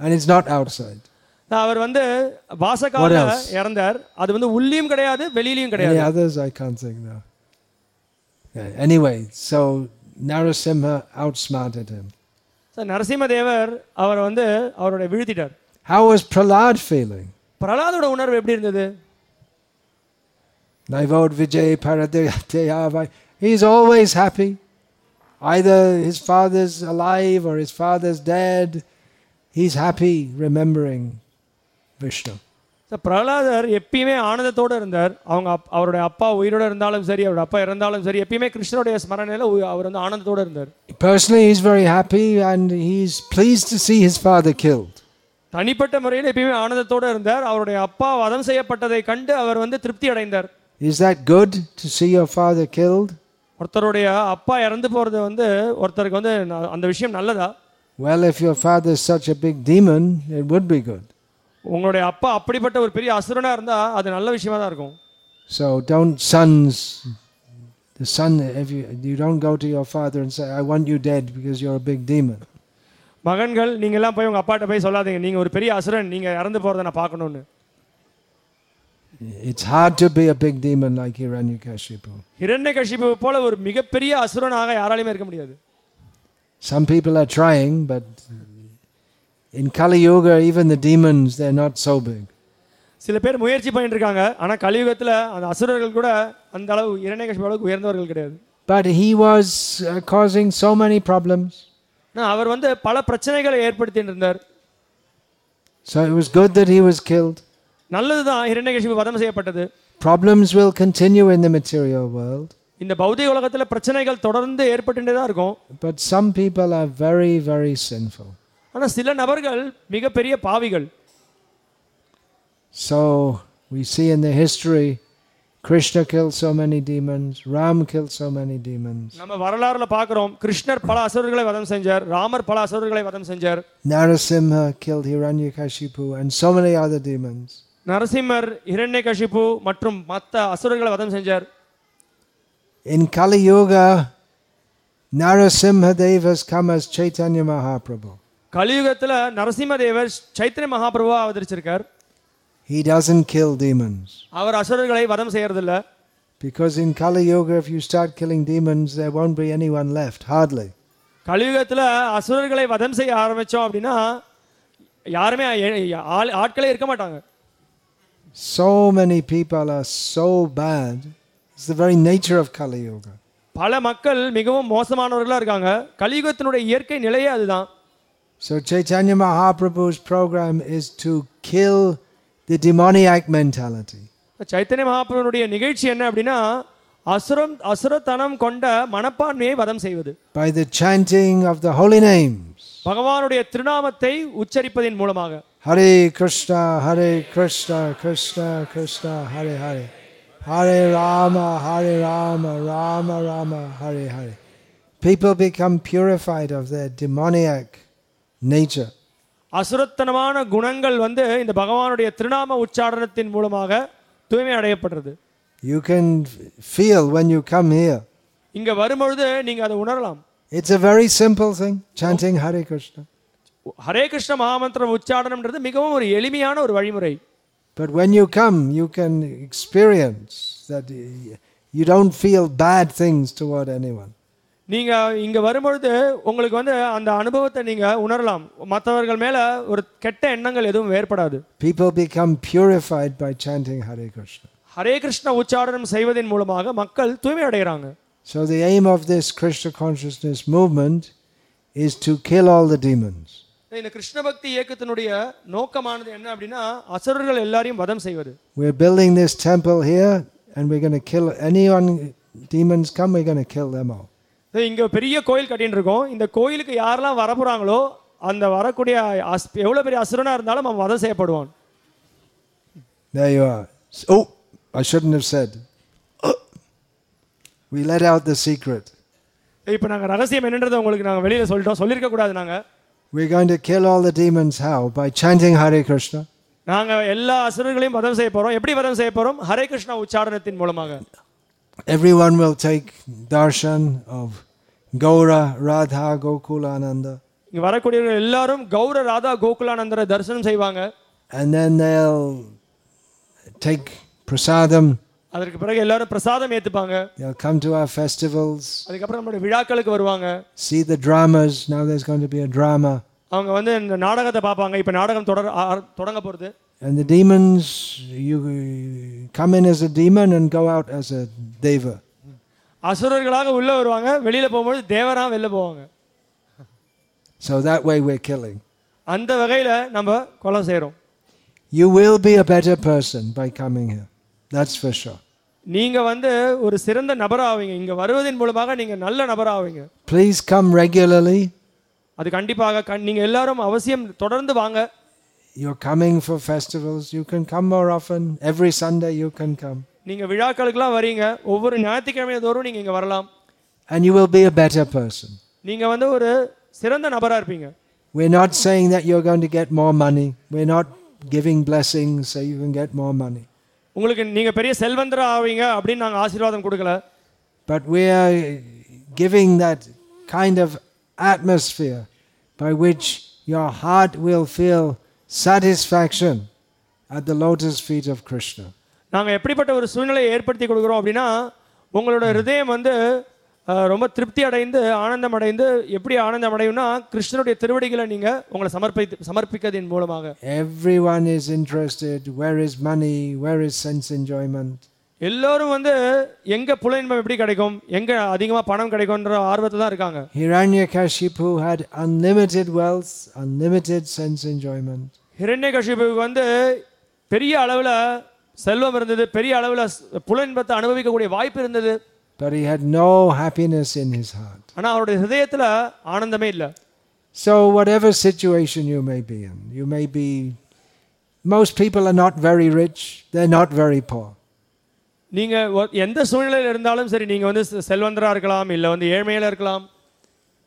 [SPEAKER 1] and it's not outside.
[SPEAKER 2] அவர் வந்து வாசக்கால
[SPEAKER 1] What else?
[SPEAKER 2] இறந்தார் அது வந்து உள்ளேயும் கிடையாது வெளியிலையும்
[SPEAKER 1] Any
[SPEAKER 2] கிடையாது
[SPEAKER 1] others I can't think now. Yeah, Anyway, so Narasimha outsmarted him.
[SPEAKER 2] So Narasimhadevar அவரை வந்து அவருடைய வீழ்த்திட்டார்
[SPEAKER 1] How was Prahlad feeling?
[SPEAKER 2] பிரகலாதோட உணர்வு எப்படி இருந்தது
[SPEAKER 1] Naivod Vijay Paradeyavai. He's always happy. Either his father's alive or his father's dead. He's happy remembering Vishnu.
[SPEAKER 2] So பிரகலாதர் எப்பயுமே ஆனந்தத்தோடு இருந்தார் அவங்க அப்- அவருடைய அப்பா உயிரோட இருந்தாலும் சரி அவருடைய அப்பா இறந்தாலும் சரி எப்பயுமே கிருஷ்ணருடைய ஸ்மரணையில் அவர் வந்து ஆனந்தத்தோடு இருந்தார்
[SPEAKER 1] Personally, he's very happy and he's pleased to see his father killed.
[SPEAKER 2] தனிப்பட்ட முறையில் எப்பயுமே ஆனந்தத்தோடு இருந்தார் அவருடைய அப்பா வதம் செய்யப்பட்டதை கண்டு அவர் வந்து திருப்தி அடைந்தார்
[SPEAKER 1] Is that good to see your father killed?
[SPEAKER 2] ஒருத்தருடைய அப்பா இறந்து போகிறது வந்து ஒருத்தருக்கு வந்து ந- அந்த விஷயம் நல்லதா
[SPEAKER 1] Well, if your father is such a big demon, it would be good.
[SPEAKER 2] உங்களுடைய அப்பா அப்படிப்பட்ட ஒரு பெரிய அசுரனாக இருந்தால் அது நல்ல விஷயமா தான் இருக்கும்
[SPEAKER 1] So don't sons, the son, if you, you don't go to your father and say, I want you dead because you're a big demon.
[SPEAKER 2] மகன்கள் நீங்கள்லாம் போய் உங்கள் அப்பாட்ட போய் சொல்லாதீங்க நீங்கள் ஒரு பெரிய அசுரன் நீங்கள் இறந்து போகிறத நான் பார்க்கணும்னு
[SPEAKER 1] It's hard to be a big demon like Hiranyakashipu.
[SPEAKER 2] ஹிரண்யகஷிபு போல ஒரு மிகப்பெரிய அசுரனாக யாராலையுமே இருக்க முடியாது
[SPEAKER 1] Some people are trying, but in Kali Yuga, even the demons, they're not so big.
[SPEAKER 2] சில பேர் முயற்சி பண்ணிட்டு இருக்காங்க ஆனால் கலியுகத்தில் அந்த அசுரர்கள் கூட அந்த அளவு இரண்யகஷிபு அளவுக்கு உயர்ந்தவர்கள் கிடையாது
[SPEAKER 1] But he was uh, causing so many problems.
[SPEAKER 2] ஆனால் அவர் வந்து பல பிரச்சனைகளை ஏற்படுத்திட்டு இருந்தார்
[SPEAKER 1] So it was good that he was killed.
[SPEAKER 2] நல்லது தான் ஹிரண்யகஷிபு வதம் செய்யப்பட்டது
[SPEAKER 1] Problems will continue in the material world,
[SPEAKER 2] இந்த பௌதிக உலகத்தில் பிரச்சனைகள் தொடர்ந்து ஏற்பட்டுட்டே தான் இருக்கும்
[SPEAKER 1] but some people are very, very sinful.
[SPEAKER 2] ஆனால் சில நபர்கள் மிகப்பெரிய பாவிகள்
[SPEAKER 1] So we see in the history, Krishna killed so many demons, Ram killed so many demons,
[SPEAKER 2] நம்ம வரலாறுல பார்க்குறோம் கிருஷ்ணர் பல அசுரர்களை வதம் செஞ்சார் ராமர் பல அசுரர்களை வதம் செஞ்சார்
[SPEAKER 1] Narasimha killed Hiranyakashipu, and so many other demons.
[SPEAKER 2] Narasimhar இரண்யகஷிபு மற்றும் மற்ற அசுரர்களை வதம் செஞ்சார்
[SPEAKER 1] In Kali Yuga, Narasimha Dev has come as Chaitanya Mahaprabhu.
[SPEAKER 2] கலியுகத்தில் Narasimhadevar Chaitanya மகாபிரபுவா அவதரிச்சிருக்கார்
[SPEAKER 1] He doesn't kill demons.
[SPEAKER 2] அவர் அசுரர்களை வதம் செய்யறதில்ல
[SPEAKER 1] Because in Kali Yuga, if you start killing demons, there won't be anyone left, hardly.
[SPEAKER 2] கலியுகத்துல அசுரர்களை வதம் செய்ய ஆரம்பிச்சோம் அப்படின்னா யாருமே எ- ஆள்- ஆட்களே இருக்க மாட்டாங்க
[SPEAKER 1] So many people are so bad. It's the very nature of Kali Yuga.
[SPEAKER 2] பல மக்கள் மிகவும் மோசமானவர்களா இருக்காங்க கலியுகத்தினுடைய இயற்கை நிலையே அதுதான்
[SPEAKER 1] So Chaitanya Mahaprabhu's program is to kill the demoniac mentality.
[SPEAKER 2] Chaitanya மகாபுரனுடைய நிகழ்ச்சி என்ன அப்படின்னா அசுரம் அசுரத்தனம் கொண்ட மனப்பான்மையை வதம் செய்வது
[SPEAKER 1] by the chanting of the holy names.
[SPEAKER 2] பகவானுடைய திருநாமத்தை உச்சரிப்பதின் மூலமாக
[SPEAKER 1] Hare Krishna, Hare Krishna, Krishna Krishna, Hare Hare. Hare Rama, Hare Rama, Rama Rama, Hare Hare. People become purified of their demoniac nature.
[SPEAKER 2] அசுரத்தனமான குணங்கள் வந்து இந்த பகவானுடைய திருநாம உச்சாரணத்தின் மூலமாக தூய்மை அடையப்படுறது
[SPEAKER 1] You can f- feel when you come here.
[SPEAKER 2] இங்க வரும்பொழுது நீங்க அதை உணரலாம்
[SPEAKER 1] It's a very simple thing, chanting Hare Krishna.
[SPEAKER 2] Hare Krishna மகாமந்திரம் உச்சாரணம்ன்றது மிகவும் ஒரு எளிமையான ஒரு வழிமுறை
[SPEAKER 1] But when you come, you can experience that y- you don't feel bad things toward anyone.
[SPEAKER 2] நீங்க இங்க வரும்பொழுது உங்களுக்கு வந்து அந்த அனுபவத்தை நீங்க உணரலாம் மற்றவர்கள் மேல ஒரு கெட்ட எண்ணங்கள் எதுவும் ஏற்படாது
[SPEAKER 1] People become purified by chanting Hare Krishna.
[SPEAKER 2] Hare Krishna உச்சாரணம் செய்வதன் மூலமாக மக்கள் தூய்மை அடைகிறாங்க
[SPEAKER 1] So, the aim of this Krishna consciousness movement is to kill all the demons.
[SPEAKER 2] இந்த கிருஷ்ண பக்தி இயக்கத்தினுடைய நோக்கமானது என்ன அப்படின்னா அசுரர்கள் எல்லாரையும் வதம் செய்வது
[SPEAKER 1] We're building this temple here and we're going to kill anyone, demons come, we're going to kill them all.
[SPEAKER 2] So, இங்க பெரிய கோயில் கட்டின்னு இருக்கோம் இந்த கோயிலுக்கு யாரெல்லாம் வரப்போறாங்களோ அந்த வரக்கூடிய அஸ் எவ்வளோ பெரிய அசுரனா இருந்தாலும் அவன் வதம் செய்யப்படுவான்
[SPEAKER 1] There you are. S- Oh, I shouldn't have said. Uh, We let out the secret.
[SPEAKER 2] இப்போ நாங்கள் ரகசியம் என்னன்றதை உங்களுக்கு நாங்கள் வெளியில சொல்லிட்டோம் சொல்லியிருக்க கூடாது நாங்கள்
[SPEAKER 1] We're going to kill all the demons how? By chanting Hare Krishna.
[SPEAKER 2] நாங்கள் எல்லா அசுரர்களையும் வதம் செய்ய போறோம் எப்படி வதம் செய்ய போறோம் ஹரே கிருஷ்ணா உச்சாரணத்தின் மூலமாக
[SPEAKER 1] Everyone will take darshan of Gaura, Radha, Gokulananda.
[SPEAKER 2] இங்க வரக்கூடியவர்கள் எல்லாரும் கௌர ராதா கோகுலானந்தரை தரிசனம் செய்வாங்க
[SPEAKER 1] and then they'll take prasadam.
[SPEAKER 2] அதற்கு பிறகு எல்லாரும் பிரசாதம் ஏத்துப்பாங்க
[SPEAKER 1] They'll come to our festivals,
[SPEAKER 2] அதுக்கப்புறம் நம்மளுடைய விழாக்களுக்கு வருவாங்க
[SPEAKER 1] see the dramas. Now there's going to be a drama,
[SPEAKER 2] அவங்க வந்து இந்த நாடகத்தை பார்ப்பாங்க இப்போ நாடகம் தொடர் ஆர- தொடங்க போகிறது
[SPEAKER 1] and the demons. You come in as a demon and go out as a deva.
[SPEAKER 2] அசுரர்களாக உள்ளே வருவாங்க வெளியில் போகும்போது தேவராக வெளில போவாங்க
[SPEAKER 1] So that way we're killing.
[SPEAKER 2] அந்த வகையில் நம்ம கொலை செய்கிறோம்
[SPEAKER 1] You will be a better person by coming here. That's for sure.
[SPEAKER 2] நீங்கள் வந்து ஒரு சிறந்த நபராக ஆவீங்க இங்கே வருவதன் மூலமாக நீங்கள் நல்ல நபராக ஆவீங்க
[SPEAKER 1] Please come regularly.
[SPEAKER 2] அது கண்டிப்பாக கண் நீங்கள் எல்லாரும் அவசியம் தொடர்ந்து வாங்க
[SPEAKER 1] You're coming for festivals. You can come more often. Every Sunday you can come.
[SPEAKER 2] நீங்கள் விழாக்களுக்கெல்லாம் வரீங்க ஒவ்வொரு ஞாயிற்றுக்கிழமை தோறும் நீங்கள் இங்கே வரலாம்
[SPEAKER 1] And you will be a better person.
[SPEAKER 2] நீங்கள் வந்து ஒரு சிறந்த நபராக இருப்பீங்க
[SPEAKER 1] We're not saying that you're going to get more money. We're not giving blessings so you can get more money.
[SPEAKER 2] உங்களுக்கு நீங்கள் பெரிய செல்வந்தராக ஆவீங்க அப்படின்னு நாங்கள் ஆசீர்வாதம் கொடுக்கல
[SPEAKER 1] But we are giving that kind of atmosphere by which your heart will feel satisfaction at the lotus feet of Krishna.
[SPEAKER 2] நாங்கள் எப்படிப்பட்ட ஒரு சூழ்நிலையை ஏற்படுத்தி கொடுக்குறோம் அப்படின்னா உங்களோட ஹிருதயம் வந்து அஹ், ரொம்ப திருப்தி அடைந்து ஆனந்தம் அடைந்து எப்படி ஆனந்தம் அடையும்னா கிருஷ்ணனுடைய திருவடிகளை நீங்கள் உங்களை சமர்ப்பித்து சமர்ப்பிக்கிறதின் மூலமாக
[SPEAKER 1] Everyone is interested where is money, where is sense enjoyment.
[SPEAKER 2] எல்லோரும் வந்து எங்கே புல இன்பம் எப்படி கிடைக்கும் எங்கே அதிகமாக பணம் கிடைக்கும்ன்ற ஆர்வத்தில் தான் இருக்காங்க
[SPEAKER 1] Hiranyakashipu had unlimited wealth, unlimited sense enjoyment.
[SPEAKER 2] ஹிரண்யகஷிபுவுக்கு வந்து பெரிய அளவில் செல்வம் இருந்தது பெரிய அளவில் புல இன்பத்தை அனுபவிக்கக்கூடிய வாய்ப்பு இருந்தது
[SPEAKER 1] But he had no happiness in his heart.
[SPEAKER 2] ஆனால் அவருடைய ஹிருதயத்தில் ஆனந்தமே இல்லை
[SPEAKER 1] So, whatever situation you may be in, you may be. Most people are not very rich, they're not very poor.
[SPEAKER 2] நீங்கள் ஒ- எந்த சூழ்நிலையில் இருந்தாலும் சரி நீங்கள் வந்து செ- செல்வந்தரா இருக்கலாம் இல்லை வந்து ஏழ்மையில இருக்கலாம்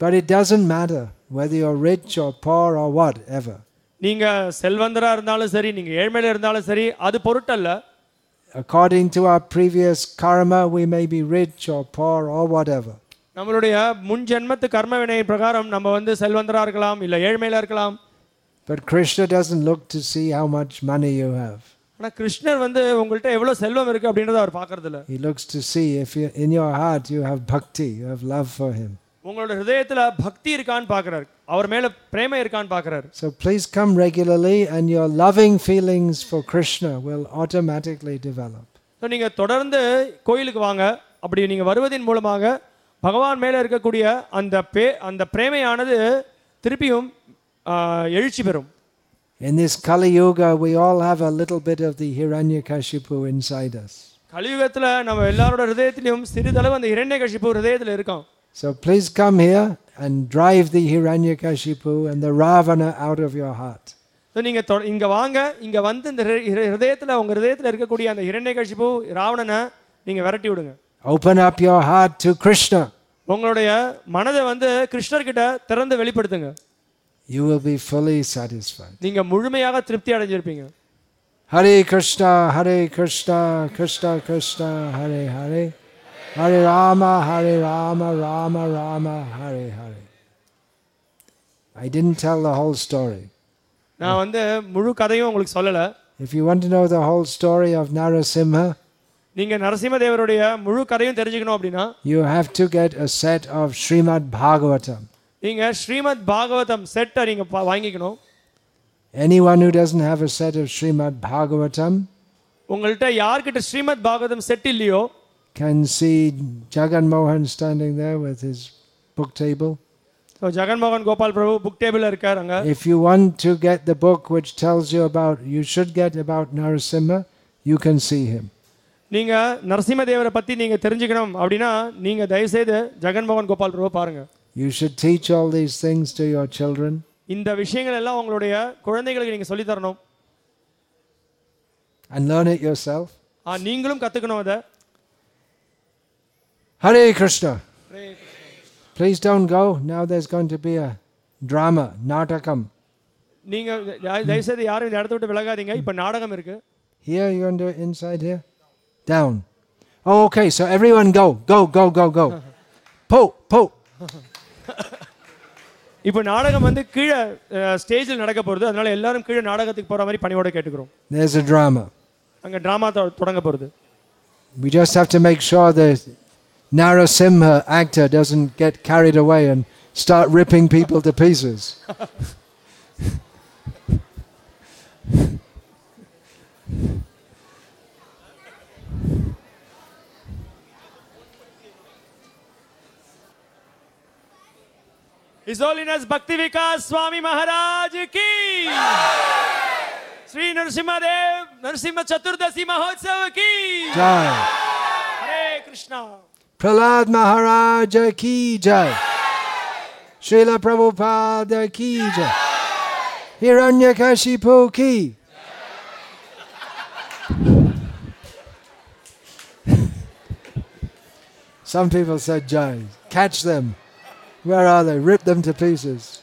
[SPEAKER 1] But it doesn't matter whether you're rich or poor or whatever.
[SPEAKER 2] நீங்கள் செல்வந்தரா இருந்தாலும் சரி நீங்கள் ஏழ்மையில இருந்தாலும் சரி அது பொருட்டல்ல
[SPEAKER 1] According to our previous karma, we may be rich or poor or whatever.
[SPEAKER 2] நம்மளுடைய முன் ஜென்மத்து கர்ம வினை பிரகாரம் நம்ம வந்து செல்வந்தரா இருக்கலாம் இல்லை ஏழ்மையில இருக்கலாம்
[SPEAKER 1] But Krishna doesn't look to see how much money you have.
[SPEAKER 2] ஆனால் கிருஷ்ணர் வந்து உங்கள்கிட்ட எவ்வளோ செல்வம் இருக்குது அப்படின்றத அவர் பார்க்கறதில்ல
[SPEAKER 1] He looks to see if you, in your heart you have bhakti, you have love for him.
[SPEAKER 2] உங்களோட ஹிருதயத்துல பக்தி இருக்கான்னு பார்க்கறாரு அவர் மேல பிரேமை இருக்கான்னு பார்க்கறாரு
[SPEAKER 1] So please come regularly, and your loving feelings for Krishna will automatically develop.
[SPEAKER 2] So நீங்க தொடர்ந்து கோயிலுக்கு வாங்க அப்படி நீங்க வருவதின் மூலமாக பகவான் மேல இருக்கக்கூடிய அந்த பே அந்த பிரேமையானது திருப்பியும் ஆ, எழுச்சி பெறும்
[SPEAKER 1] In this Kali Yuga, we all have a little bit of the Hiranyakashipu inside us.
[SPEAKER 2] கலியுகத்துல நம்ம எல்லாரோட ஹிருதயத்திலையும் சிறிதளவு அந்த இரண்யகசிப்பு ஹிருதயத்துல இருக்கும்
[SPEAKER 1] So please come here and drive the Hiranyakashipu and the Ravana out of your heart.
[SPEAKER 2] So நீங்க தொ- இங்க வாங்க இங்க வந்து இந்த ஹிரு- ஹிரு- ஹிருதயத்துல உங்க ஹிருதயத்துல இருக்கக்கூடிய அந்த இரண்யகசிப்பு ராவணனை நீங்க விரட்டி விடுங்க
[SPEAKER 1] Open up your heart to Krishna.
[SPEAKER 2] உங்களுடைய மனதை வந்து கிருஷ்ணர்கிட்ட திறந்து வெளிப்படுத்துங்க
[SPEAKER 1] You will be fully satisfied.
[SPEAKER 2] நீங்க முழுமையாக திருப்தி அடைஞ்சிருப்பீங்க
[SPEAKER 1] Hare Krishna, Hare Krishna, Krishna Krishna, Hare Hare. Hare Rama, Hare Rama, Rama Rama, Hare Hare. I didn't tell the whole story.
[SPEAKER 2] நான் வந்து முழு கதையும் உங்களுக்கு சொல்லலை
[SPEAKER 1] If you want to know the whole story of Narasimha,
[SPEAKER 2] நீங்க நரசிம்மதேவருடைய முழு கதையும் தெரிஞ்சுக்கணும் அப்படின்னா
[SPEAKER 1] you have to get a set of Srimad Bhagavatam.
[SPEAKER 2] நீங்க ஸ்ரீமத் பாகவதம் செட்டை நீங்க பா- வாங்கிக்கணும்
[SPEAKER 1] Anyone who doesn't have a set of Srimad Bhagavatam
[SPEAKER 2] உங்கள்கிட்ட யார்கிட்ட ஸ்ரீமத் பாகவதம் செட் இல்லையோ
[SPEAKER 1] can see Jagan Mohan standing there with his book table.
[SPEAKER 2] So Jaganmohan Gopal Prabhu book டேபிளில் இருக்கார் அங்க
[SPEAKER 1] If you want to get the book which tells you about, you should get about Narasimha, you can see him.
[SPEAKER 2] நீங்க நரசிம்மதேவரை பத்தி நீங்க தெரிஞ்சுக்கணும் அப்படின்னா நீங்க தயவுசெய்து ஜெகன்மோகன் கோபால் பிரபு பாருங்க
[SPEAKER 1] You should teach all these things to your children.
[SPEAKER 2] இந்த விஷயங்கள் எல்லாம் உங்களுடைய குழந்தைகளுக்கு நீங்க சொல்லித் தரணும்
[SPEAKER 1] and learn it yourself.
[SPEAKER 2] ஆ, நீங்களும் கத்துக்கணும் அதை
[SPEAKER 1] Hare Krishna. Please don't go. Now there's going to be a drama, Natakam.
[SPEAKER 2] நீங்க தய- தயவுசெய்து யாரும் இந்த இடத்த விட்டு விலகாதீங்க இப்ப நாடகம் இருக்கு
[SPEAKER 1] Here, you're going to do it inside here? Down. Oh, okay, so everyone go. Go, go, go, go. Po, po.
[SPEAKER 2] இப்போ நாடகம் வந்து கீழே ஸ்டேஜில் நடக்க போகிறது அதனால எல்லாரும் கீழே நாடகத்துக்கு போகிற மாதிரி பணியோட கேட்டுக்கிறோம்
[SPEAKER 1] There's a drama.
[SPEAKER 2] அங்கே ட்ராமா தொடங்க போகிறது
[SPEAKER 1] We just have to make sure the Narasimha actor doesn't get carried away and start ripping people to pieces.
[SPEAKER 2] இசோலினஸ் பக்தி விகாஸ் சுவாமி மகாராஜ் கி ஸ்ரீ நரசிம்மதேவ் நரசிம்ம சதுர்தசி மகோத்சவ கி
[SPEAKER 1] Jai.
[SPEAKER 2] Hare Krishna
[SPEAKER 1] Prahlad Maharaja ki jai. Srila Prabhupada ki jai. Hiranyakashipu ki. Some people said jai. Catch them. Where are they? Rip them to pieces.